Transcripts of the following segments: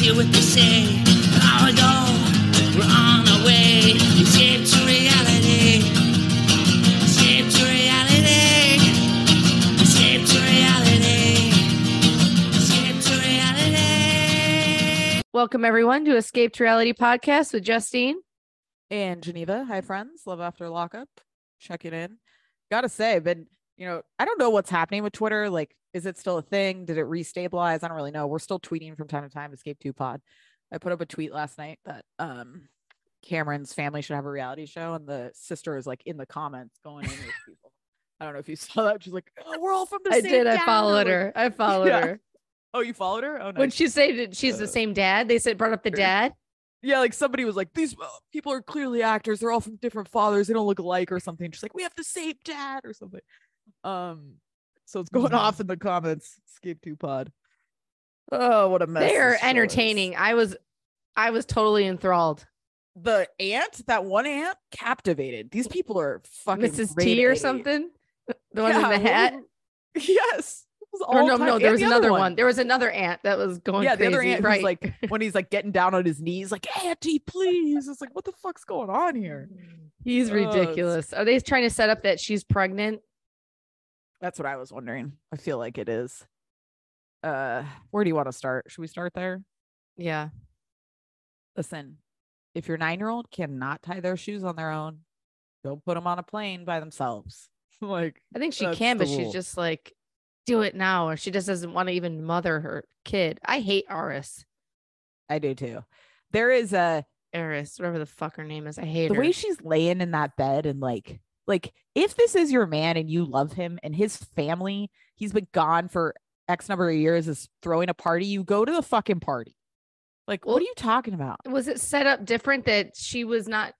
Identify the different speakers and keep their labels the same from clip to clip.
Speaker 1: hear what they say. Power go, we're on our way. Escape to reality. Escape to reality. Escape to reality. Escape to reality.
Speaker 2: Welcome everyone to Escape to Reality Podcast with Justine.
Speaker 3: and Geneva. Hi, friends. Love after lockup. Checking in. Gotta say, been you know, I don't know what's happening with Twitter. Like, is it still a thing? Did it restabilize? I don't really know. We're still tweeting from time to time. Escape Two Pod. I put up a tweet last night that um Cameron's family should have a reality show, and the sister is like in the comments going in with people. I don't know if you saw that. She's like, "Oh, we're all from the
Speaker 2: I
Speaker 3: same."
Speaker 2: did. I
Speaker 3: town,"
Speaker 2: followed
Speaker 3: like-
Speaker 2: her. I followed
Speaker 3: Yeah.
Speaker 2: her.
Speaker 3: Oh, you followed her? Oh, no.
Speaker 2: When she said that she's the
Speaker 3: Uh,
Speaker 2: same dad, they said brought up the
Speaker 3: sure.
Speaker 2: dad.
Speaker 3: yeah, like somebody was like, these uh, people are clearly actors. They're all from different fathers. They don't look alike or something. She's like, we have the same dad or something. Um, so it's
Speaker 2: Mm-hmm.
Speaker 3: going off in the comments. Escape two pod. Oh, what a mess!
Speaker 2: They are
Speaker 3: this show is.
Speaker 2: entertaining. I was, I was totally enthralled.
Speaker 3: The aunt, that one aunt, captivated. These people are fucking
Speaker 2: Mrs.
Speaker 3: grade
Speaker 2: T or
Speaker 3: A.
Speaker 2: something, the one
Speaker 3: Yeah,
Speaker 2: in the hat.
Speaker 3: woman- Yes. It was
Speaker 2: Or
Speaker 3: all
Speaker 2: no,
Speaker 3: time-
Speaker 2: no, there
Speaker 3: and
Speaker 2: was
Speaker 3: the
Speaker 2: another one. There was another aunt that was going
Speaker 3: yeah,
Speaker 2: crazy.
Speaker 3: the other aunt
Speaker 2: right?
Speaker 3: who's like when he's like getting down on his knees, like Auntie, please. It's like, what the fuck's going on here?
Speaker 2: he's
Speaker 3: Oh, it's-
Speaker 2: ridiculous. Are they trying to set up that she's pregnant?
Speaker 3: That's what I was wondering. I feel like it is. Uh, where do you want to start? Should we start there?
Speaker 2: Yeah.
Speaker 3: Listen, if your nine year old cannot tie their shoes on their own, don't put them on a plane by themselves. like,
Speaker 2: I think she
Speaker 3: That's
Speaker 2: can,
Speaker 3: the
Speaker 2: but she's
Speaker 3: rule.
Speaker 2: just like, do it now, or she just doesn't want to even mother her kid. I hate Aris,
Speaker 3: I do too. There is a
Speaker 2: Aris, whatever the fuck her name is. I hate
Speaker 3: the
Speaker 2: her.
Speaker 3: way she's laying in that bed and like, like if this is your man and you love him and his family, he's been gone for X number of years, is throwing a party. You go to the fucking party. Like,
Speaker 2: Well,
Speaker 3: what are you talking about?
Speaker 2: was it set up different that she was not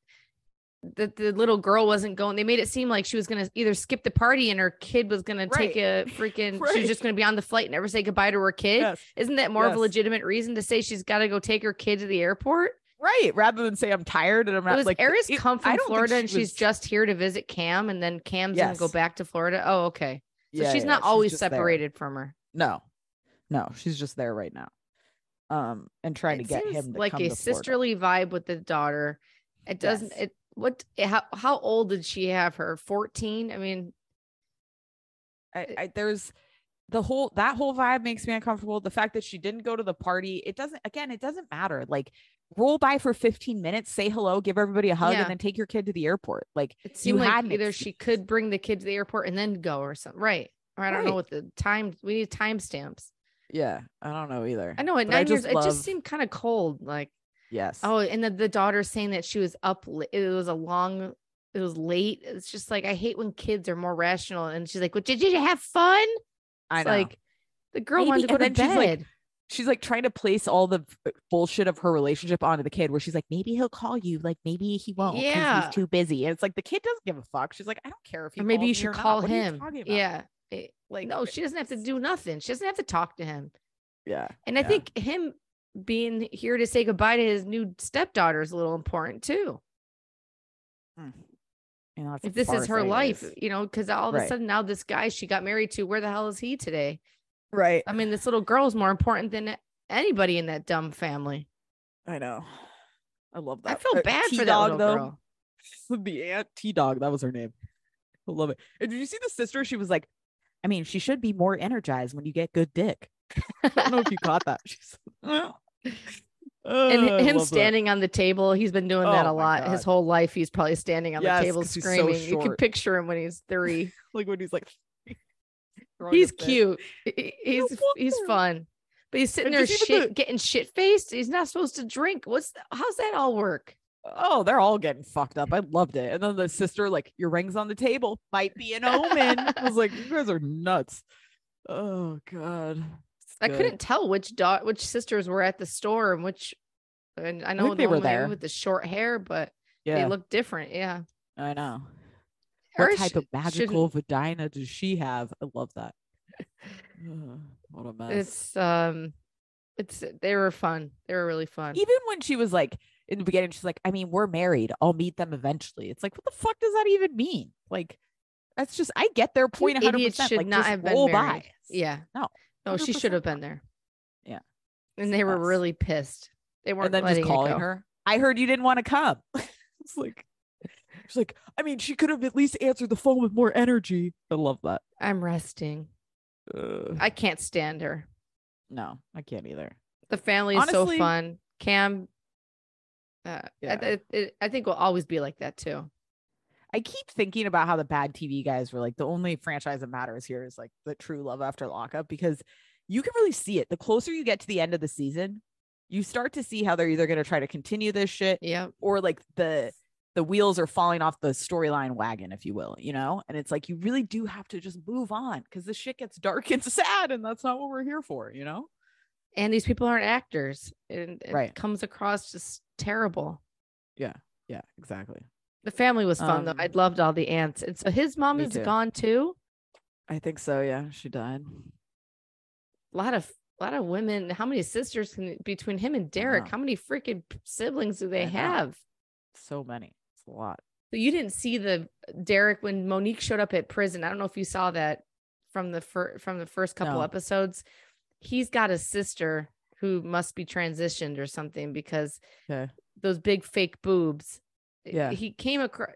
Speaker 2: that the little girl wasn't going they made it seem like she was going to either skip the party and her kid was going to take a
Speaker 3: Right.
Speaker 2: freaking she was
Speaker 3: Right.
Speaker 2: just going to be on the flight and never say goodbye to her kid
Speaker 3: Yes.
Speaker 2: isn't that more of a
Speaker 3: yes.
Speaker 2: legitimate reason to say she's got to go take her kid to the airport
Speaker 3: Right. Rather than say I'm tired and I'm
Speaker 2: it
Speaker 3: not
Speaker 2: was
Speaker 3: like
Speaker 2: eris
Speaker 3: it-
Speaker 2: come
Speaker 3: I
Speaker 2: from
Speaker 3: don't think
Speaker 2: florida and
Speaker 3: she
Speaker 2: she's
Speaker 3: was-
Speaker 2: just here to visit cam and then cam's going to go
Speaker 3: Yes.
Speaker 2: back to florida oh okay so
Speaker 3: Yeah,
Speaker 2: she's
Speaker 3: yeah,
Speaker 2: not always
Speaker 3: just there.
Speaker 2: separated from her
Speaker 3: No. No, she's just there right now. Um and trying
Speaker 2: it
Speaker 3: to get
Speaker 2: seems
Speaker 3: him to
Speaker 2: like
Speaker 3: come
Speaker 2: a
Speaker 3: to Florida.
Speaker 2: sisterly vibe with the daughter. It doesn't.
Speaker 3: Yes.
Speaker 2: It what? How how old did she have her? Fourteen. I mean, uh,
Speaker 3: I, I there's the whole that whole vibe makes me uncomfortable. The fact that she didn't go to the party, it doesn't again, it doesn't matter. Like roll by for 15 minutes, say hello, give everybody a hug,
Speaker 2: Yeah.
Speaker 3: and then take your kid to the airport. Like
Speaker 2: it seemed like
Speaker 3: had an
Speaker 2: either
Speaker 3: excuse.
Speaker 2: she could bring the kid to the airport and then go or something, right? Or I don't know
Speaker 3: Right.
Speaker 2: what the time. We need timestamps.
Speaker 3: yeah, I don't know either.
Speaker 2: I know at
Speaker 3: But I
Speaker 2: nine years,
Speaker 3: just
Speaker 2: it
Speaker 3: love-
Speaker 2: just seemed kind of cold. Like
Speaker 3: Yes.
Speaker 2: oh, and then the daughter saying that she was up. la- It was a long. It was late. It's just like I hate when kids are more rational. And she's like, "Well, did you have fun?"
Speaker 3: I
Speaker 2: It's
Speaker 3: know.
Speaker 2: Like the girl wanted to
Speaker 3: Maybe-
Speaker 2: go to
Speaker 3: and then she's
Speaker 2: bed.
Speaker 3: like, she's like trying to place all the f- bullshit of her relationship onto the kid where she's like maybe he'll call you like maybe he won't 'cause
Speaker 2: Yeah.
Speaker 3: he's too busy and it's like the kid doesn't give a fuck she's like i don't care if he
Speaker 2: or maybe
Speaker 3: calls
Speaker 2: you
Speaker 3: me
Speaker 2: should
Speaker 3: or not.
Speaker 2: call
Speaker 3: What are you
Speaker 2: him.
Speaker 3: talking about?
Speaker 2: yeah. It-
Speaker 3: like
Speaker 2: no, she doesn't have to do nothing. She doesn't have to talk to him.
Speaker 3: yeah
Speaker 2: And I
Speaker 3: Yeah.
Speaker 2: think him being here to say goodbye to his new stepdaughter is a little important too.
Speaker 3: Mm. you know it's
Speaker 2: If
Speaker 3: a
Speaker 2: this is
Speaker 3: farce
Speaker 2: her
Speaker 3: anyways.
Speaker 2: life, you know, because all of a
Speaker 3: Right.
Speaker 2: sudden now this guy she got married to, where the hell is he today?
Speaker 3: right
Speaker 2: I mean, this little girl is more important than anybody in that dumb family.
Speaker 3: i know i love that
Speaker 2: I feel
Speaker 3: Uh,
Speaker 2: bad for that
Speaker 3: T-Dog,
Speaker 2: little
Speaker 3: though,
Speaker 2: girl.
Speaker 3: the aunt T Dog, that was her name. I love it. And did you see the sister? She was like, I mean, she should be more energized when you get good dick. I don't know if you caught that. She's, and
Speaker 2: And hi- him standing on the table, he's been doing that
Speaker 3: Oh
Speaker 2: a
Speaker 3: my
Speaker 2: lot. His
Speaker 3: God.
Speaker 2: whole life, he's probably standing on
Speaker 3: Yes,
Speaker 2: the table
Speaker 3: 'cause he's so
Speaker 2: screaming. you can
Speaker 3: short.
Speaker 2: picture him when he's three.
Speaker 3: like when he's like, throwing a
Speaker 2: he's
Speaker 3: fit.
Speaker 2: cute. He- he- He's
Speaker 3: No
Speaker 2: he's
Speaker 3: wonder.
Speaker 2: fun, but he's sitting
Speaker 3: And
Speaker 2: there
Speaker 3: just even
Speaker 2: shit,
Speaker 3: the-
Speaker 2: getting shit faced. He's not supposed to drink. What's th- how's that all work?
Speaker 3: Oh, they're all getting fucked up. I loved it. And then the sister, like, your rings on the table might be an omen. I was like, you guys are nuts. Oh God, It's
Speaker 2: I
Speaker 3: good.
Speaker 2: couldn't tell which dot which sisters were at the store and which. And I know
Speaker 3: think
Speaker 2: the
Speaker 3: they were
Speaker 2: one maybe
Speaker 3: there.
Speaker 2: with the short hair, but they
Speaker 3: Yeah,
Speaker 2: look different. Yeah,
Speaker 3: I know.
Speaker 2: Or
Speaker 3: What type
Speaker 2: sh-
Speaker 3: of
Speaker 2: shouldn't-
Speaker 3: magical vagina does she have? I love that. Ugh, what a mess.
Speaker 2: It's um, it's they were fun. They were really fun.
Speaker 3: Even when she was like in the beginning, she's like, I mean, we're married. I'll meet them eventually. It's like, what the fuck does that even mean? Like, that's just I get their point
Speaker 2: idiots
Speaker 3: 100%.
Speaker 2: should
Speaker 3: like,
Speaker 2: not
Speaker 3: just
Speaker 2: have been
Speaker 3: roll
Speaker 2: married.
Speaker 3: by.
Speaker 2: Yeah.
Speaker 3: No,
Speaker 2: No, she should
Speaker 3: 100%
Speaker 2: have been there. and they were
Speaker 3: Yes.
Speaker 2: really pissed. They weren't
Speaker 3: and then just
Speaker 2: letting it
Speaker 3: calling
Speaker 2: go.
Speaker 3: her. I heard you didn't want to come. it's like she's like, I mean, she could have at least answered the phone with more energy. I love that.
Speaker 2: I'm resting.
Speaker 3: Ugh.
Speaker 2: I can't stand her.
Speaker 3: no, I can't either.
Speaker 2: The family is
Speaker 3: Honestly-
Speaker 2: so fun. Cam, uh,
Speaker 3: Yeah.
Speaker 2: I, I- it- I think we'll always be like that too.
Speaker 3: I keep thinking about how the bad TV guys were like the only franchise that matters here is like the true love after lockup because you can really see it. The closer you get to the end of the season, you start to see how they're either going to try to continue this shit
Speaker 2: Yeah.
Speaker 3: or like the the wheels are falling off the storyline wagon, if you will, you know? And it's like you really do have to just move on because this shit gets dark and sad, and that's not what we're here for, you know?
Speaker 2: And these people aren't actors, and it
Speaker 3: Right.
Speaker 2: comes across just terrible.
Speaker 3: Yeah, exactly.
Speaker 2: The family was fun though. I
Speaker 3: Um,
Speaker 2: loved all the aunts, and so his mom
Speaker 3: me
Speaker 2: is
Speaker 3: too.
Speaker 2: gone too.
Speaker 3: I think so. Yeah, she died.
Speaker 2: A lot of a lot of women. How many sisters can, between him and Derek?
Speaker 3: know.
Speaker 2: How many freaking siblings do they
Speaker 3: Uh-huh. I know.
Speaker 2: have?
Speaker 3: So many. It's a lot.
Speaker 2: So you didn't see the Derek when Monique showed up at prison. I don't know if you saw that from the fir- from the first couple
Speaker 3: No.
Speaker 2: episodes. He's got a sister who must be transitioned or something because
Speaker 3: Okay.
Speaker 2: those big fake boobs. eh,
Speaker 3: Yeah.
Speaker 2: He came across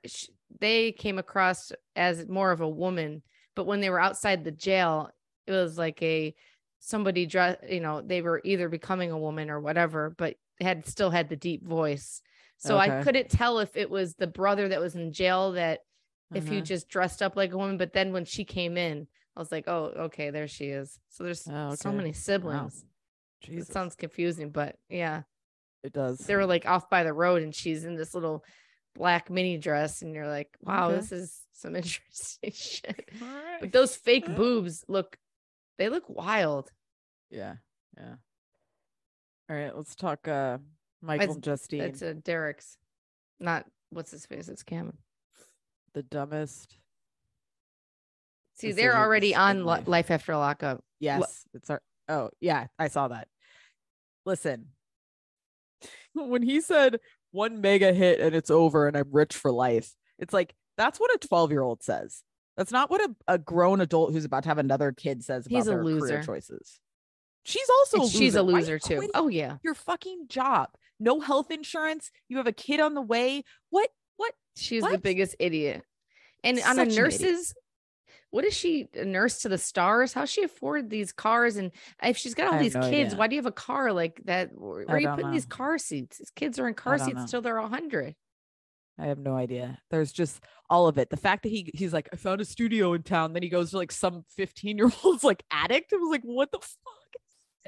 Speaker 2: they came across as more of a woman, but when they were outside the jail, it was like a somebody dress, you know, they were either becoming a woman or whatever, but had still had the deep voice. So I
Speaker 3: Okay.
Speaker 2: couldn't tell if it was the brother that was in jail that if you
Speaker 3: Uh-huh.
Speaker 2: just dressed up like a woman, but then when she came in, I was like, oh, okay, there she is. So there's
Speaker 3: Oh,
Speaker 2: so
Speaker 3: okay.
Speaker 2: many siblings.
Speaker 3: Jesus.
Speaker 2: It sounds confusing, but yeah,
Speaker 3: it does.
Speaker 2: they were like off by the road, and she's in this little black mini dress, and you're like, wow,
Speaker 3: Okay.
Speaker 2: this is some interesting shit.
Speaker 3: All right.
Speaker 2: But those fake
Speaker 3: Yeah.
Speaker 2: boobs look, they look wild.
Speaker 3: Yeah. Yeah. All right. Let's talk uh Michael and Justine,
Speaker 2: That's a Derek's, not what's his face. It's Cameron.
Speaker 3: the dumbest.
Speaker 2: See,
Speaker 3: This
Speaker 2: they're
Speaker 3: isn't
Speaker 2: already
Speaker 3: s-
Speaker 2: on
Speaker 3: in
Speaker 2: Li-
Speaker 3: life.
Speaker 2: life. after lockup.
Speaker 3: Yes. it's our oh yeah, I saw that. Listen. When he said one mega hit and it's over and I'm rich for life, it's like that's what a 12 year old says. That's not what a, a grown adult who's about to have another kid says about
Speaker 2: He's a
Speaker 3: their
Speaker 2: loser.
Speaker 3: career choices. She's also a
Speaker 2: And she's a
Speaker 3: Why are you
Speaker 2: loser too.
Speaker 3: quitting
Speaker 2: Oh yeah,
Speaker 3: your fucking job. No health insurance. You have a kid on the way. What what
Speaker 2: she's the
Speaker 3: What?
Speaker 2: biggest idiot. And on a
Speaker 3: Such an idiot.
Speaker 2: nurse's, what is she a nurse to the stars? How does she afford these cars? And if she's got
Speaker 3: I
Speaker 2: all
Speaker 3: have
Speaker 2: these
Speaker 3: no
Speaker 2: kids,
Speaker 3: idea.
Speaker 2: why do you have a car like that? Where, where
Speaker 3: I
Speaker 2: are you
Speaker 3: don't
Speaker 2: putting these
Speaker 3: know.
Speaker 2: car seats? These kids are in car
Speaker 3: don't
Speaker 2: seats
Speaker 3: know.
Speaker 2: till they're hundred.
Speaker 3: I have no idea. There's just all of it. The fact that he he's like, I found a studio in town. Then he goes to like some 15 year old's like addict. I was like, what the fuck?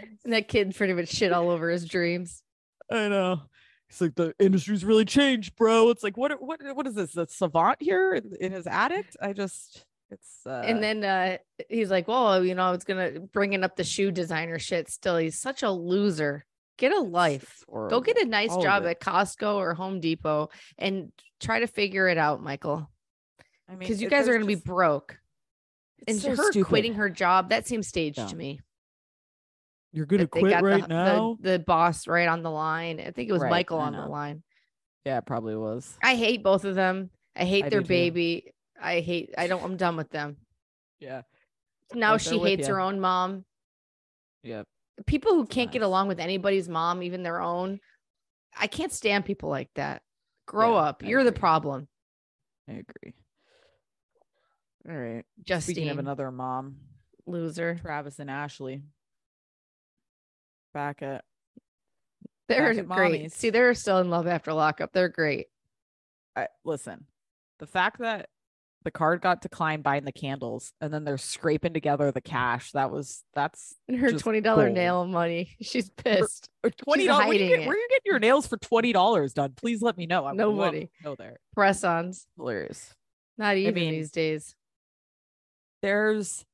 Speaker 2: And that kid pretty much shit all over his dreams.
Speaker 3: I know. He's like, the industry's really changed, bro. It's like, what what what is this? The savant here in, in his addict? I just it's uh
Speaker 2: and then uh, he's like, "Well, you know, I was gonna bringing up the shoe designer shit. Still, he's such a loser. Get a life. Go get a nice
Speaker 3: All of
Speaker 2: job
Speaker 3: it.
Speaker 2: at Costco or Home Depot and try to figure it out, Michael. Because you guys are gonna be broke. And her quitting her job that seems staged
Speaker 3: Yeah.
Speaker 2: to me.
Speaker 3: You're gonna
Speaker 2: that they
Speaker 3: quit
Speaker 2: got the-
Speaker 3: right
Speaker 2: the,
Speaker 3: now.
Speaker 2: The, boss right on the line. I think it was
Speaker 3: Right,
Speaker 2: Michael
Speaker 3: I
Speaker 2: on the
Speaker 3: know.
Speaker 2: line.
Speaker 3: yeah, it probably was.
Speaker 2: I hate both of them. I hate
Speaker 3: I
Speaker 2: their
Speaker 3: do too.
Speaker 2: baby. I hate. I don't. I'm done with them.
Speaker 3: Yeah.
Speaker 2: Now
Speaker 3: Right there
Speaker 2: she
Speaker 3: with
Speaker 2: hates
Speaker 3: ya.
Speaker 2: her own mom.
Speaker 3: Yeah.
Speaker 2: people who
Speaker 3: It's
Speaker 2: can't get
Speaker 3: nice.
Speaker 2: along with anybody's mom, even their own. I can't stand people like that. Grow
Speaker 3: Yeah,
Speaker 2: up.
Speaker 3: I
Speaker 2: You're the
Speaker 3: agree.
Speaker 2: problem,
Speaker 3: I agree. All right. Speaking of
Speaker 2: Justine.
Speaker 3: another mom,
Speaker 2: Loser.
Speaker 3: Travis and Ashley. Back at
Speaker 2: They're
Speaker 3: at
Speaker 2: great.
Speaker 3: mommy's.
Speaker 2: See, they're still in love after lockup. They're great.
Speaker 3: I, listen, the fact that the card got declined buying the candles and then they're scraping together the cash. That was that's
Speaker 2: And her
Speaker 3: Just
Speaker 2: twenty dollar
Speaker 3: gold.
Speaker 2: nail money. She's pissed.
Speaker 3: or twenty dollars. Where, you
Speaker 2: hiding
Speaker 3: get-
Speaker 2: it.
Speaker 3: where you getting your nails for twenty dollars done? Please let me know. I would love
Speaker 2: Nobody.
Speaker 3: to know there.
Speaker 2: Press ons.
Speaker 3: Hilarious.
Speaker 2: Not even
Speaker 3: mean-
Speaker 2: these days.
Speaker 3: There's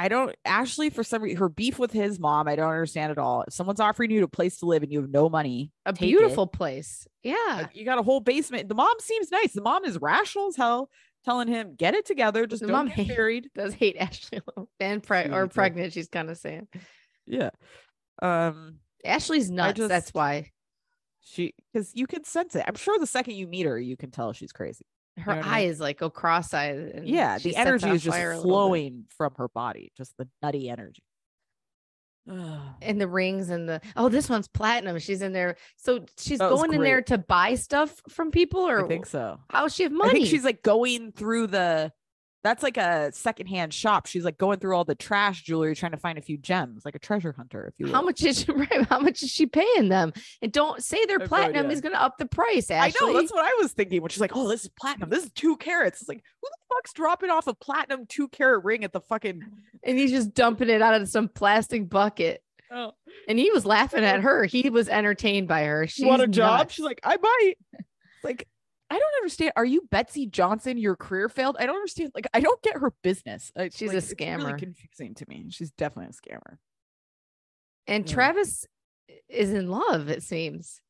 Speaker 3: I don't Ashley for some reason her beef with his mom, I don't understand at all. If someone's offering you a place to live and you have no money,
Speaker 2: A
Speaker 3: take it.
Speaker 2: beautiful place. Yeah.
Speaker 3: Like, you got a whole basement. The mom seems nice. The mom is rational as hell, telling him get it together. Just
Speaker 2: The
Speaker 3: don't
Speaker 2: mom
Speaker 3: get
Speaker 2: hates-
Speaker 3: married.
Speaker 2: Does hate Ashley Lowe. and preg-
Speaker 3: She
Speaker 2: or
Speaker 3: hates her.
Speaker 2: pregnant. She's kind of saying
Speaker 3: Yeah. Um.
Speaker 2: Ashley's nuts. That's
Speaker 3: just-
Speaker 2: why
Speaker 3: She because you can sense it. I'm sure the second you meet her, you can tell she's crazy.
Speaker 2: her
Speaker 3: know what I
Speaker 2: eye
Speaker 3: mean?
Speaker 2: is like go cross eyed.
Speaker 3: yeah, the energy is just
Speaker 2: flowing.
Speaker 3: flowing from her body, just the nutty energy.
Speaker 2: and the rings and the oh this one's platinum she's in there so she's
Speaker 3: That was
Speaker 2: going in there
Speaker 3: great.
Speaker 2: to buy stuff from people or
Speaker 3: I think so.
Speaker 2: how does she have
Speaker 3: I
Speaker 2: money
Speaker 3: think she's like going through the. That's like a secondhand shop. She's like going through all the trash jewelry, trying to find a few gems, like a treasure hunter. If you will.
Speaker 2: how much is she right, how much is she paying them and don't say their
Speaker 3: I have no
Speaker 2: platinum
Speaker 3: idea.
Speaker 2: is going to up the price
Speaker 3: I
Speaker 2: Ashley.
Speaker 3: know that's what I was thinking. Which is like, oh, this is platinum. This is two carats. It's like, who the fuck's dropping off a platinum two carat ring at the fucking?
Speaker 2: and he's just dumping it out of some plastic bucket
Speaker 3: Oh,
Speaker 2: and he was laughing at her he was entertained by her she
Speaker 3: you want a job? She's like, I might. It's like, I don't understand. Are you Betsy Johnson? Your career failed. I don't understand. Like, I don't get her business. I-
Speaker 2: She's a
Speaker 3: like, it's really
Speaker 2: scammer.
Speaker 3: confusing to me. She's definitely a scammer.
Speaker 2: and
Speaker 3: Yeah.
Speaker 2: travis is in love it seems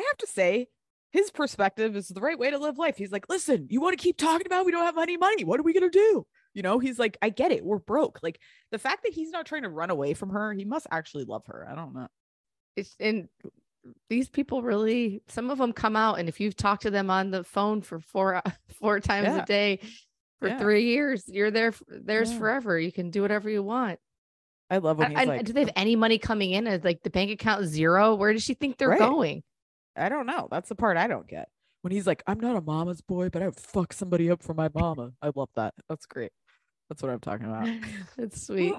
Speaker 3: I have to say, his perspective is the right way to live life. He's like, listen, you want to keep talking about we don't have any money. What are we gonna do? You know, he's like, I get it. We're broke. Like the fact that he's not trying to run away from her, he must actually love her. I don't know.
Speaker 2: it's and these people really some of them come out and if you've talked to them on the phone for four four times
Speaker 3: Yeah.
Speaker 2: a day for
Speaker 3: Yeah.
Speaker 2: three years you're there f- there's
Speaker 3: Yeah.
Speaker 2: forever you can do whatever you want
Speaker 3: I love when
Speaker 2: And
Speaker 3: he's like,
Speaker 2: do they have any money coming in as like the bank account zero where does she think they're
Speaker 3: Right.
Speaker 2: going
Speaker 3: I don't know. That's the part I don't get. When he's like, I'm not a mama's boy, but I would fuck somebody up for my mama. I love that. That's great. That's what I'm talking about.
Speaker 2: that's sweet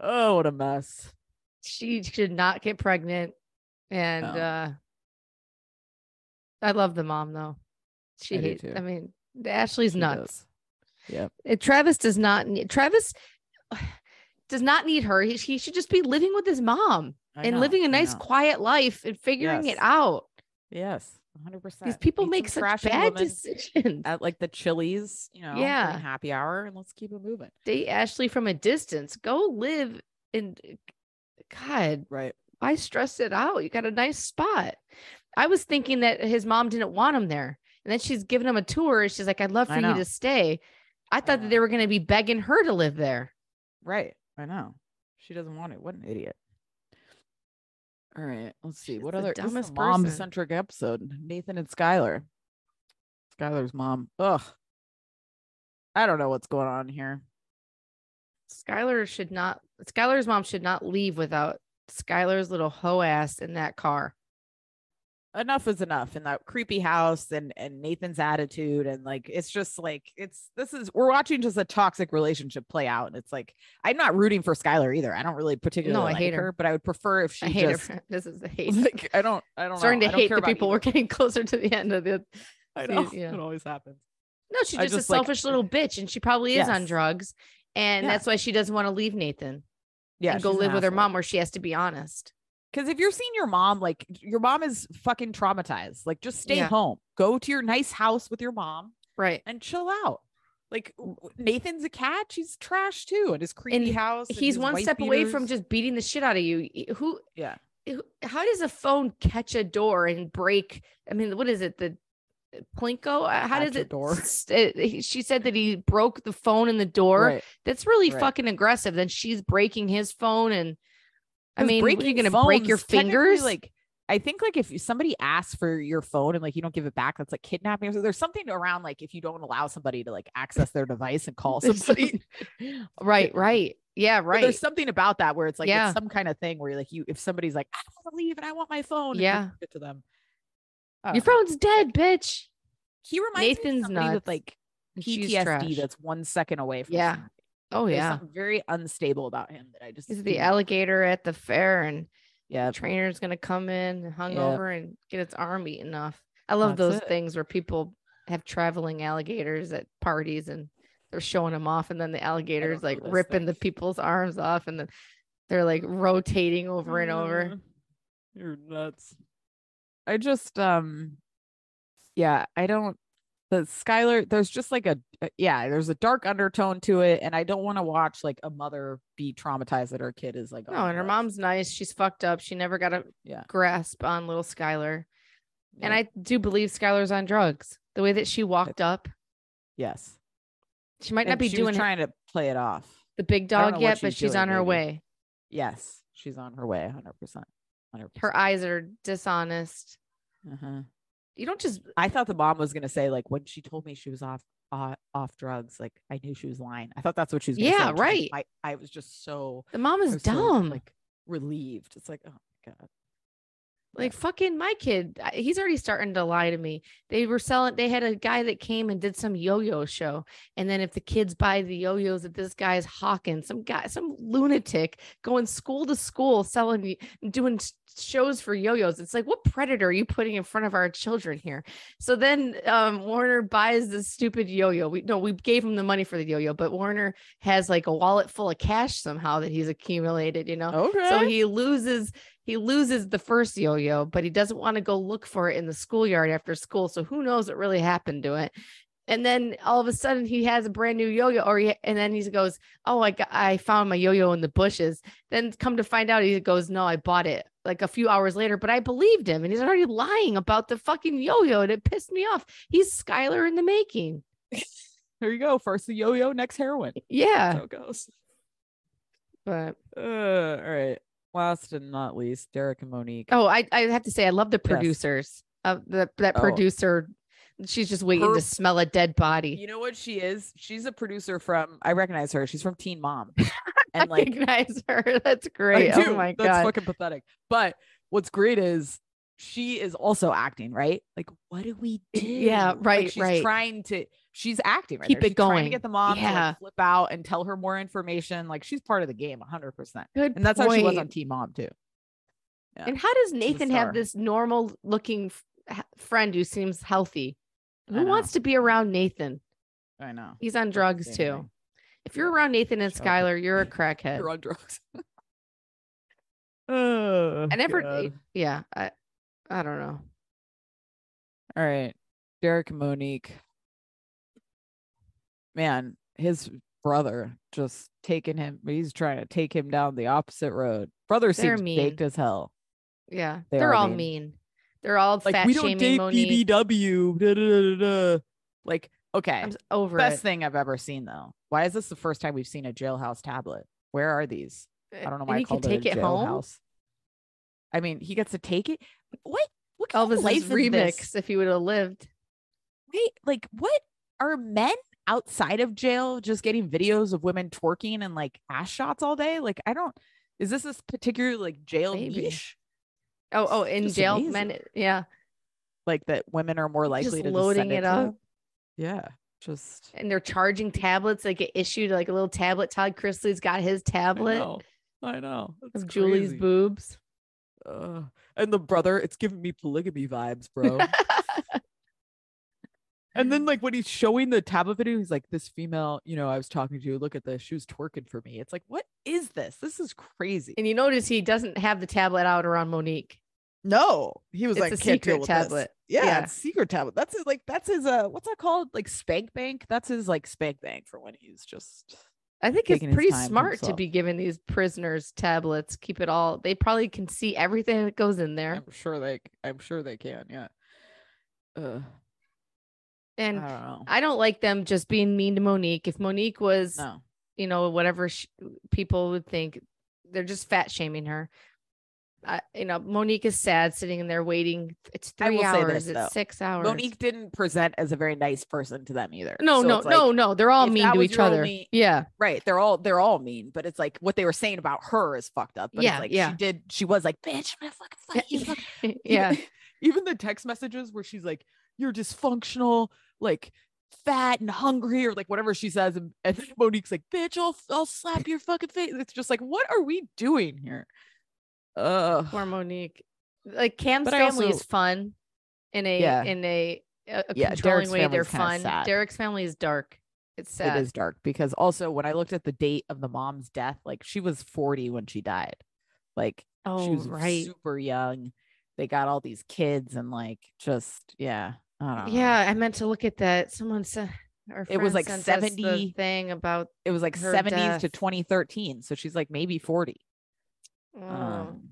Speaker 3: Oh, what a mess.
Speaker 2: she should not get pregnant and
Speaker 3: No.
Speaker 2: uh i love the mom though she
Speaker 3: I do
Speaker 2: hates
Speaker 3: too.
Speaker 2: i mean ashley's
Speaker 3: She
Speaker 2: nuts
Speaker 3: does. Yep.
Speaker 2: Uh, Travis does not need Travis does not need her. He, he should just be living with his mom
Speaker 3: I
Speaker 2: and
Speaker 3: know,
Speaker 2: living a
Speaker 3: I
Speaker 2: nice
Speaker 3: know.
Speaker 2: quiet life and figuring
Speaker 3: Yes.
Speaker 2: it out.
Speaker 3: Yes, 100%.
Speaker 2: These people
Speaker 3: Meet
Speaker 2: make such
Speaker 3: some trashy
Speaker 2: bad
Speaker 3: woman
Speaker 2: decisions.
Speaker 3: at like the Chili's, you know, during
Speaker 2: Yeah.
Speaker 3: happy hour, and let's keep it moving.
Speaker 2: Date Ashley from a distance. Go live in God,
Speaker 3: Right.
Speaker 2: why stress it out? You got a nice spot. I was thinking that his mom didn't want him there. And then she's giving him a tour. and She's like, I'd love
Speaker 3: I
Speaker 2: for you
Speaker 3: know.
Speaker 2: to stay. I thought
Speaker 3: know.
Speaker 2: that they were going to be begging her to live there.
Speaker 3: Right. I know. She doesn't want it. What an idiot. All right. Let's see.
Speaker 2: She's
Speaker 3: what
Speaker 2: the
Speaker 3: other this is
Speaker 2: dumbest
Speaker 3: a
Speaker 2: person.
Speaker 3: mom-centric episode? Nathan and Skylar. Skylar's mom. Ugh. I don't know what's going on here.
Speaker 2: Skylar should not Skylar's mom should not leave without Skylar's little hoe ass in that car.
Speaker 3: Enough is enough in that creepy house and and Nathan's attitude and like it's just like it's this is we're watching just a toxic relationship play out and it's like I'm not rooting for Skylar either. I don't really particularly
Speaker 2: I
Speaker 3: like
Speaker 2: hate her.
Speaker 3: but I would prefer if she
Speaker 2: I hate
Speaker 3: just
Speaker 2: her. This is the hate.
Speaker 3: like I don't I don't
Speaker 2: Starting
Speaker 3: know.
Speaker 2: to
Speaker 3: I don't
Speaker 2: hate
Speaker 3: care
Speaker 2: the
Speaker 3: about
Speaker 2: people.
Speaker 3: either.
Speaker 2: We're getting closer to the end of the.
Speaker 3: I
Speaker 2: See,
Speaker 3: know
Speaker 2: yeah.
Speaker 3: it always happens.
Speaker 2: No, she's
Speaker 3: I
Speaker 2: just, a
Speaker 3: just, like-
Speaker 2: selfish little bitch, and she probably is on
Speaker 3: Yes.
Speaker 2: drugs, and
Speaker 3: Yeah.
Speaker 2: that's why she doesn't want to leave Nathan
Speaker 3: Yeah,
Speaker 2: and go live with her mom, where she has to be honest.
Speaker 3: Because if you're seeing your mom, like your mom is fucking traumatized. Like just stay
Speaker 2: Yeah.
Speaker 3: home, go to your nice house with your mom,
Speaker 2: Right.
Speaker 3: and chill out. Like w- w- Nathan's a cat; she's trash too, and his creepy
Speaker 2: Mm. And
Speaker 3: house. and
Speaker 2: He's
Speaker 3: his
Speaker 2: one
Speaker 3: wife
Speaker 2: step away from
Speaker 3: beaters.
Speaker 2: just beating the shit out of you. E- Who?
Speaker 3: Yeah.
Speaker 2: who- How does a phone catch a door and break? I mean, what is it? The plinko? Uh, How
Speaker 3: Catch
Speaker 2: does
Speaker 3: a
Speaker 2: it?
Speaker 3: door.
Speaker 2: s- uh, he- She said that he broke the phone in the door.
Speaker 3: Right.
Speaker 2: That's really
Speaker 3: Right.
Speaker 2: fucking aggressive. Then she's breaking his phone, and I
Speaker 3: 'Cause
Speaker 2: mean, what, are you
Speaker 3: breaking
Speaker 2: going to break your
Speaker 3: phones, technically,
Speaker 2: fingers?
Speaker 3: Like, I think like if you- somebody asks for your phone and like you don't give it back, that's like kidnapping. So there's something around like if you don't allow somebody to like access their device and call
Speaker 2: There's
Speaker 3: somebody.
Speaker 2: right, right, yeah,
Speaker 3: But
Speaker 2: right.
Speaker 3: There's something about that where it's like
Speaker 2: Yeah.
Speaker 3: it's some kind of thing where like you if somebody's like I want to leave and I want my phone. and you
Speaker 2: Yeah.
Speaker 3: give it to them. I
Speaker 2: Your
Speaker 3: don't know.
Speaker 2: phone's dead, bitch.
Speaker 3: He reminds me
Speaker 2: Nathan's
Speaker 3: of somebody
Speaker 2: nuts.
Speaker 3: with like
Speaker 2: And She's
Speaker 3: PTSD
Speaker 2: trash.
Speaker 3: that's one second away from.
Speaker 2: Yeah.
Speaker 3: something.
Speaker 2: Oh
Speaker 3: There's
Speaker 2: yeah,
Speaker 3: something very unstable about him that I just.
Speaker 2: he's
Speaker 3: do
Speaker 2: the
Speaker 3: not-
Speaker 2: alligator at the fair, and
Speaker 3: Yeah.
Speaker 2: the trainer's going to come in hungover and get its arm eaten off. I love
Speaker 3: That's
Speaker 2: those
Speaker 3: it.
Speaker 2: things where people have traveling alligators at parties and they're showing them off, and then the alligators
Speaker 3: know
Speaker 2: like
Speaker 3: those
Speaker 2: ripping the
Speaker 3: things.
Speaker 2: people's arms off, and then they're like rotating over and
Speaker 3: Mm-hmm.
Speaker 2: over.
Speaker 3: You're nuts. I just um yeah, I don't the Skylar there's just like a a- yeah, there's a dark undertone to it and I don't want to watch like a mother be traumatized that her kid is like
Speaker 2: No, and her mom's nice. She's fucked up. She never got a
Speaker 3: Yeah.
Speaker 2: grasp on little Skylar. And I do believe Skylar's on drugs. The way that she walked up,
Speaker 3: yes.
Speaker 2: she might not
Speaker 3: And
Speaker 2: be
Speaker 3: she was
Speaker 2: doing
Speaker 3: trying to play it off.
Speaker 2: the big
Speaker 3: I don't know
Speaker 2: dog
Speaker 3: what
Speaker 2: yet, but
Speaker 3: she's
Speaker 2: she's
Speaker 3: doing,
Speaker 2: on her
Speaker 3: maybe.
Speaker 2: way.
Speaker 3: Yes, she's on her way 100%. 100%.
Speaker 2: Her eyes are dishonest.
Speaker 3: uh-huh.
Speaker 2: You don't just
Speaker 3: I thought the mom was going to say like when she told me she was off o- off drugs. Like I knew she was lying. I thought that's what she was. gonna
Speaker 2: Yeah,
Speaker 3: say, which
Speaker 2: right.
Speaker 3: I, I was just so
Speaker 2: The mom
Speaker 3: I
Speaker 2: is
Speaker 3: was so,
Speaker 2: dumb. like,
Speaker 3: like relieved. It's like oh my god.
Speaker 2: fucking my kid. I- He's already starting to lie to me. They were selling. They had a guy that came and did some yo-yo show, and then if the kids buy the yo-yos that this guy's hawking, some guy, some lunatic going school to school selling, y- doing s- shows for yo-yos. It's like what predator are you putting in front of our children here? So then um, Warner buys this stupid yo-yo. We no, we gave him the money for the yo-yo, but Warner has like a wallet full of cash somehow that he's accumulated. You know.
Speaker 3: Okay.
Speaker 2: So he loses he loses the first yo-yo, but he doesn't want to go look for it in the schoolyard after school. So who knows what really happened to it? And then all of a sudden he has a brand new yo-yo, or he, and then he goes, "Oh, I got, I found my yo-yo in the bushes." Then come to find out, he goes, "No, I bought it." Like a few hours later, but I believed him, and he's already lying about the fucking yo-yo, and it pissed me off. He's Skylar in the making.
Speaker 3: there you go. First the yo-yo, next heroin.
Speaker 2: Yeah,
Speaker 3: So it goes.
Speaker 2: but
Speaker 3: Uh, all right. Last and not least, Derek and Monique.
Speaker 2: Oh, I, I have to say, I love the
Speaker 3: Yes.
Speaker 2: producers. Of the that
Speaker 3: Oh.
Speaker 2: producer, she's just waiting
Speaker 3: Her-
Speaker 2: to smell a dead body.
Speaker 3: You know what she is? She's a producer from. I recognize her. She's from Teen Mom. And
Speaker 2: I
Speaker 3: like
Speaker 2: recognize her. That's
Speaker 3: I
Speaker 2: great.
Speaker 3: do.
Speaker 2: Oh my
Speaker 3: That's
Speaker 2: god.
Speaker 3: fucking pathetic. But what's great is she is also acting, right? Like, what do we do?
Speaker 2: Yeah,
Speaker 3: Like,
Speaker 2: right,
Speaker 3: she's
Speaker 2: right.
Speaker 3: Trying to, she's acting right.
Speaker 2: Keep
Speaker 3: there.
Speaker 2: it
Speaker 3: She's trying
Speaker 2: going.
Speaker 3: to get the mom to
Speaker 2: Yeah.
Speaker 3: like, flip out and tell her more information. Like, she's part of the game, hundred percent.
Speaker 2: Good.
Speaker 3: And that's how she was
Speaker 2: point.
Speaker 3: on Team Mom too. yeah.
Speaker 2: And how does
Speaker 3: a
Speaker 2: Nathan have
Speaker 3: star.
Speaker 2: this normal looking f- h- friend who seems healthy?
Speaker 3: I
Speaker 2: Who
Speaker 3: know.
Speaker 2: wants to be around Nathan?
Speaker 3: I know.
Speaker 2: He's on drugs too. If you're
Speaker 3: Yeah.
Speaker 2: around Nathan and
Speaker 3: Shut up.
Speaker 2: Skylar, you're a crackhead.
Speaker 3: You're on drugs. oh,
Speaker 2: I never.
Speaker 3: God.
Speaker 2: Yeah. I, I don't know.
Speaker 3: All right. Derek and Monique. Man, his brother just taking him. He's trying to take him down the opposite road. Brother
Speaker 2: They're
Speaker 3: seems baked
Speaker 2: mean.
Speaker 3: as hell.
Speaker 2: Yeah.
Speaker 3: They
Speaker 2: They
Speaker 3: are
Speaker 2: are all
Speaker 3: mean.
Speaker 2: mean. They're all
Speaker 3: Like
Speaker 2: fat
Speaker 3: we don't
Speaker 2: shaming
Speaker 3: date
Speaker 2: Monique.
Speaker 3: BBW. da, da, da, da, da." Like okay,
Speaker 2: I'm s- over
Speaker 3: best
Speaker 2: it.
Speaker 3: thing I've ever seen though. Why is this the first time we've seen a jailhouse tablet? Where are these? I don't know
Speaker 2: And
Speaker 3: why I
Speaker 2: he can
Speaker 3: called it
Speaker 2: take
Speaker 3: a
Speaker 2: it home.
Speaker 3: jailhouse. I mean, he gets to take it. What? What kind of life
Speaker 2: Elvis's
Speaker 3: is
Speaker 2: remix
Speaker 3: this?
Speaker 2: if he would have lived.
Speaker 3: wait, like what are men outside of jail just getting videos of women twerking and like ass shots all day? Like, I don't. Is this this particular like jail
Speaker 2: Maybe.
Speaker 3: niche?
Speaker 2: Oh, oh, in
Speaker 3: Just
Speaker 2: jail,
Speaker 3: amazing.
Speaker 2: men. Yeah,
Speaker 3: Like that women are more likely to just send
Speaker 2: loading
Speaker 3: it,
Speaker 2: it
Speaker 3: to
Speaker 2: up.
Speaker 3: them? Yeah, just
Speaker 2: and they're charging tablets. They get issued like a little tablet. Todd Chrisley's got his
Speaker 3: I
Speaker 2: tablet
Speaker 3: know. I know. That's
Speaker 2: of Julie's
Speaker 3: crazy.
Speaker 2: boobs.
Speaker 3: Ugh. and the brother, it's giving me polygamy vibes, bro. and then like when he's showing the tablet video, he's like, "This female, you know, I was talking to. Look at this. She was twerking for me." It's like, what is this? This is crazy.
Speaker 2: And you notice he doesn't have the tablet out around Monique.
Speaker 3: No, he was
Speaker 2: It's
Speaker 3: like
Speaker 2: a
Speaker 3: "Can't deal
Speaker 2: secret
Speaker 3: with this."
Speaker 2: tablet.
Speaker 3: Yeah,
Speaker 2: Yeah.
Speaker 3: it's secret tablet. That's his like that's his uh what's that called? Like spank bank. That's his like spank bank for when he's just
Speaker 2: I think it's
Speaker 3: Taking his
Speaker 2: pretty
Speaker 3: time for
Speaker 2: smart to
Speaker 3: himself.
Speaker 2: be giving these prisoners tablets. Keep it all. They probably can see everything that goes in there.
Speaker 3: I'm sure they I'm sure they can, yeah. Uh, I
Speaker 2: And
Speaker 3: don't know.
Speaker 2: I don't like them just being mean to Monique. If Monique was
Speaker 3: no.
Speaker 2: you know whatever sh- people would think they're just fat shaming her I, you know monique is sad sitting in there waiting it's
Speaker 3: I will
Speaker 2: three
Speaker 3: say
Speaker 2: hours
Speaker 3: this,
Speaker 2: it's
Speaker 3: though.
Speaker 2: six hours
Speaker 3: Monique didn't present as a very nice person to them either.
Speaker 2: no
Speaker 3: So
Speaker 2: no
Speaker 3: it's like-
Speaker 2: no no they're all
Speaker 3: if
Speaker 2: mean
Speaker 3: that
Speaker 2: to
Speaker 3: was
Speaker 2: each
Speaker 3: your
Speaker 2: other
Speaker 3: only-
Speaker 2: yeah
Speaker 3: Right. They're all they're all mean, but it's like what they were saying about her is fucked up. But
Speaker 2: Yeah,
Speaker 3: it's like
Speaker 2: yeah.
Speaker 3: she did she was like, bitch, I'm gonna fucking fight you. fuck
Speaker 2: yeah
Speaker 3: Even, even the text messages where she's like, you're dysfunctional, like fat and hungry, or like whatever she says. And, and then Monique's like, bitch, I'll, I'll slap your fucking face. It's just like, what are we doing here? Uh,
Speaker 2: poor monique like cam's
Speaker 3: But I
Speaker 2: family is
Speaker 3: also-
Speaker 2: fun in a
Speaker 3: Yeah.
Speaker 2: in a, a a
Speaker 3: Yeah,
Speaker 2: controlling
Speaker 3: Derek's
Speaker 2: way they're
Speaker 3: family's kinda
Speaker 2: fun
Speaker 3: sad.
Speaker 2: derek's family is dark it's
Speaker 3: it
Speaker 2: sad
Speaker 3: is dark because also when I looked at the date of the mom's death, like she was 40 when she died. Like she
Speaker 2: oh
Speaker 3: was
Speaker 2: right
Speaker 3: super young. They got all these kids and like just, yeah. I don't know.
Speaker 2: yeah i meant to look at that someone said our
Speaker 3: It was
Speaker 2: friend
Speaker 3: like
Speaker 2: sent us the
Speaker 3: 70
Speaker 2: thing about
Speaker 3: It was like
Speaker 2: Her
Speaker 3: 70s to
Speaker 2: death.
Speaker 3: 2013. So she's like maybe 40.
Speaker 2: oh.
Speaker 3: Um,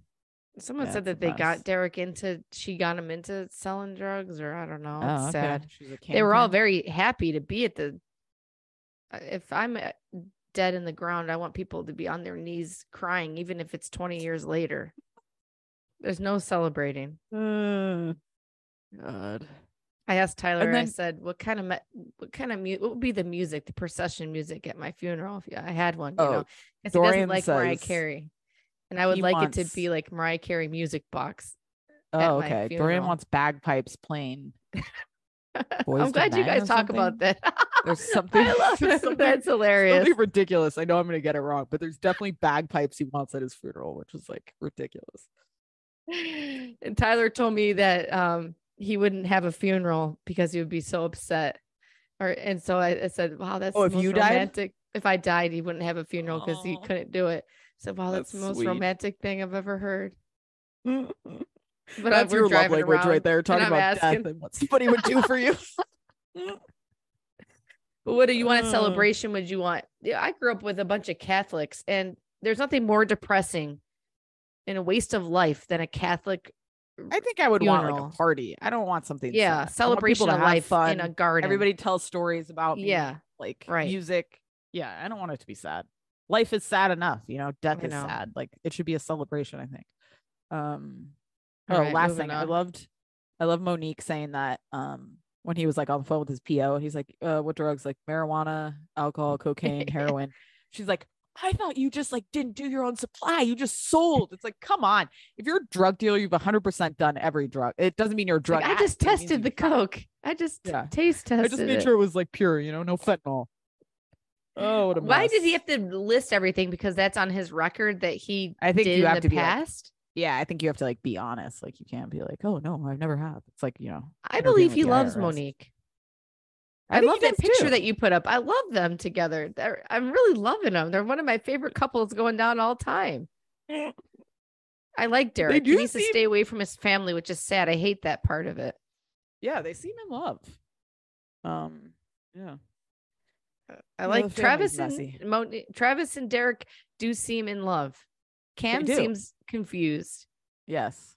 Speaker 2: Someone
Speaker 3: Yeah,
Speaker 2: said that
Speaker 3: it's a
Speaker 2: they
Speaker 3: mess.
Speaker 2: got Derek into she got him into selling drugs or I don't know. It's
Speaker 3: Oh, okay.
Speaker 2: sad.
Speaker 3: She's a
Speaker 2: They were all
Speaker 3: kingpin.
Speaker 2: very happy to be at the I- if I'm uh, dead in the ground, I want people to be on their knees crying even if it's 20 years later. There's no celebrating.
Speaker 3: Mm. God.
Speaker 2: I asked Tyler. I
Speaker 3: then-
Speaker 2: said, "What kind of mu- what kind of mu- what would be the music, the procession music at my funeral if I had one?" You
Speaker 3: Oh,
Speaker 2: know, 'Cause he doesn't
Speaker 3: Dorian
Speaker 2: like Mariah
Speaker 3: says
Speaker 2: Carey, and I would
Speaker 3: he
Speaker 2: like it
Speaker 3: wants-
Speaker 2: to be like Mariah Carey music box.
Speaker 3: Oh,
Speaker 2: my
Speaker 3: okay. Dorian
Speaker 2: funeral.
Speaker 3: wants bagpipes playing. Boyz
Speaker 2: I'm
Speaker 3: II
Speaker 2: glad you
Speaker 3: Men
Speaker 2: guys
Speaker 3: or
Speaker 2: talk about that.
Speaker 3: There's something-
Speaker 2: I love it.
Speaker 3: something-
Speaker 2: That's hilarious.
Speaker 3: Something ridiculous. I know I'm gonna get it wrong, but there's definitely bagpipes he wants at his funeral, which was like ridiculous.
Speaker 2: and Tyler told me that um he wouldn't have a funeral because he would be so upset. Or and so I, I said, "Wow, that's
Speaker 3: Oh,
Speaker 2: the
Speaker 3: if
Speaker 2: most
Speaker 3: you died?
Speaker 2: romantic. If I died, he wouldn't have a funeral because he
Speaker 3: Aw.
Speaker 2: couldn't do it." So, wow, that's,
Speaker 3: That's
Speaker 2: the most
Speaker 3: sweet.
Speaker 2: romantic thing I've ever heard. But
Speaker 3: That's
Speaker 2: I,
Speaker 3: your
Speaker 2: we're
Speaker 3: love
Speaker 2: driving
Speaker 3: language
Speaker 2: around,
Speaker 3: right there, talking
Speaker 2: I'm
Speaker 3: about
Speaker 2: asking-
Speaker 3: death and what somebody would do for you.
Speaker 2: But what do you want
Speaker 3: Uh.
Speaker 2: celebration would you want? Yeah, I grew up with a bunch of Catholics, and there's nothing more depressing and a waste of life than a Catholic.
Speaker 3: I think I would want
Speaker 2: Funeral.
Speaker 3: like a party. I don't want something. sad. I
Speaker 2: Yeah,
Speaker 3: want people
Speaker 2: celebration
Speaker 3: to
Speaker 2: of
Speaker 3: have
Speaker 2: life
Speaker 3: fun.
Speaker 2: in a garden.
Speaker 3: Everybody tells stories about me,
Speaker 2: Yeah,
Speaker 3: like
Speaker 2: right.
Speaker 3: music. Yeah, I don't want it to be sad. Life is sad enough, you know. Death
Speaker 2: I
Speaker 3: is
Speaker 2: know.
Speaker 3: sad. Like it should be a celebration. I think. Um.
Speaker 2: All
Speaker 3: oh,
Speaker 2: right,
Speaker 3: last
Speaker 2: moving
Speaker 3: thing I
Speaker 2: on.
Speaker 3: loved, I love Monique saying that. Um, when he was like on the phone with his PO, and he's like, uh, "What drugs? Like marijuana, alcohol, cocaine, heroin." She's like, "I thought you just like didn't do your own supply. You just sold." It's like, come on. If you're a drug dealer, you've 100 percent done every drug. It doesn't mean you're a drug.
Speaker 2: Like, I just
Speaker 3: addict. It means
Speaker 2: tested
Speaker 3: you
Speaker 2: the
Speaker 3: tried.
Speaker 2: coke. I just t-
Speaker 3: Yeah.
Speaker 2: taste tested.
Speaker 3: I just made
Speaker 2: it.
Speaker 3: sure it was like pure, you know, no fentanyl. Oh, what a
Speaker 2: Why did he
Speaker 3: mess.
Speaker 2: have to list everything? Because that's on his record that he
Speaker 3: I think
Speaker 2: did
Speaker 3: you
Speaker 2: in
Speaker 3: have
Speaker 2: the
Speaker 3: to be like,
Speaker 2: past.
Speaker 3: Yeah, I think you have to like be honest. Like you can't be like, oh no, I've never had. It's like you know.
Speaker 2: I
Speaker 3: interviewing
Speaker 2: believe
Speaker 3: with
Speaker 2: he
Speaker 3: the
Speaker 2: loves
Speaker 3: IRS.
Speaker 2: Monique.
Speaker 3: I
Speaker 2: I,
Speaker 3: think he
Speaker 2: love that
Speaker 3: does,
Speaker 2: picture
Speaker 3: too.
Speaker 2: that you put up. I love them together. They're, I'm really loving them. They're one of my favorite couples going down all time. I like Derek.
Speaker 3: do
Speaker 2: he needs to
Speaker 3: seem-
Speaker 2: stay away from his family, which is sad. I hate that part of it.
Speaker 3: Yeah, they seem in love. Um. Yeah.
Speaker 2: I
Speaker 3: Yeah,
Speaker 2: like
Speaker 3: the
Speaker 2: Travis
Speaker 3: family's
Speaker 2: and
Speaker 3: messy.
Speaker 2: Moni- Travis and Derek do seem in love. Cam
Speaker 3: do.
Speaker 2: seems confused.
Speaker 3: Yes.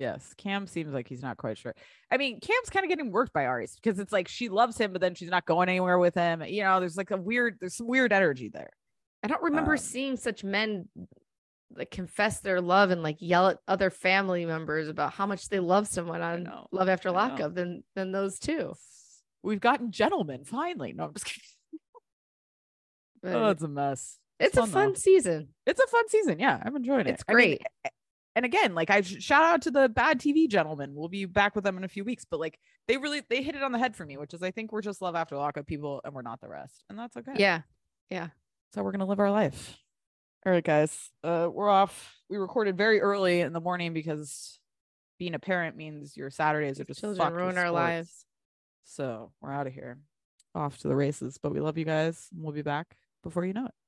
Speaker 3: Yes. Cam seems like he's not quite sure. I mean, Cam's kind of getting worked by Aries because it's like she loves him, but then she's not going anywhere with him. You know, there's like a weird, there's some weird energy there.
Speaker 2: I don't remember
Speaker 3: Um,
Speaker 2: seeing such men like confess their love and like yell at other family members about how much they love someone on
Speaker 3: know,
Speaker 2: Love After
Speaker 3: I know. Oh,
Speaker 2: Lockup than than those two.
Speaker 3: We've gotten gentlemen finally. No, I'm just kidding.
Speaker 2: But
Speaker 3: Oh, it's a mess.
Speaker 2: it's a
Speaker 3: though.
Speaker 2: fun season.
Speaker 3: it's a fun season. Yeah, I'm enjoying it.
Speaker 2: It's
Speaker 3: I mean,
Speaker 2: great.
Speaker 3: a- and again, like I sh- shout out to the bad TV gentlemen. We'll be back with them in a few weeks. But like they really they hit it on the head for me, which is I think we're just love after lockup people and we're not the rest. And that's okay.
Speaker 2: yeah.
Speaker 3: So we're gonna live our life. All right, guys. Uh we're off. We recorded very early in the morning because being a parent means your Saturdays are
Speaker 2: These
Speaker 3: just
Speaker 2: children
Speaker 3: fucked with
Speaker 2: ruin our
Speaker 3: sports.
Speaker 2: lives.
Speaker 3: So we're out of here. Off to the races. But we love you guys. and We'll be back before you know it.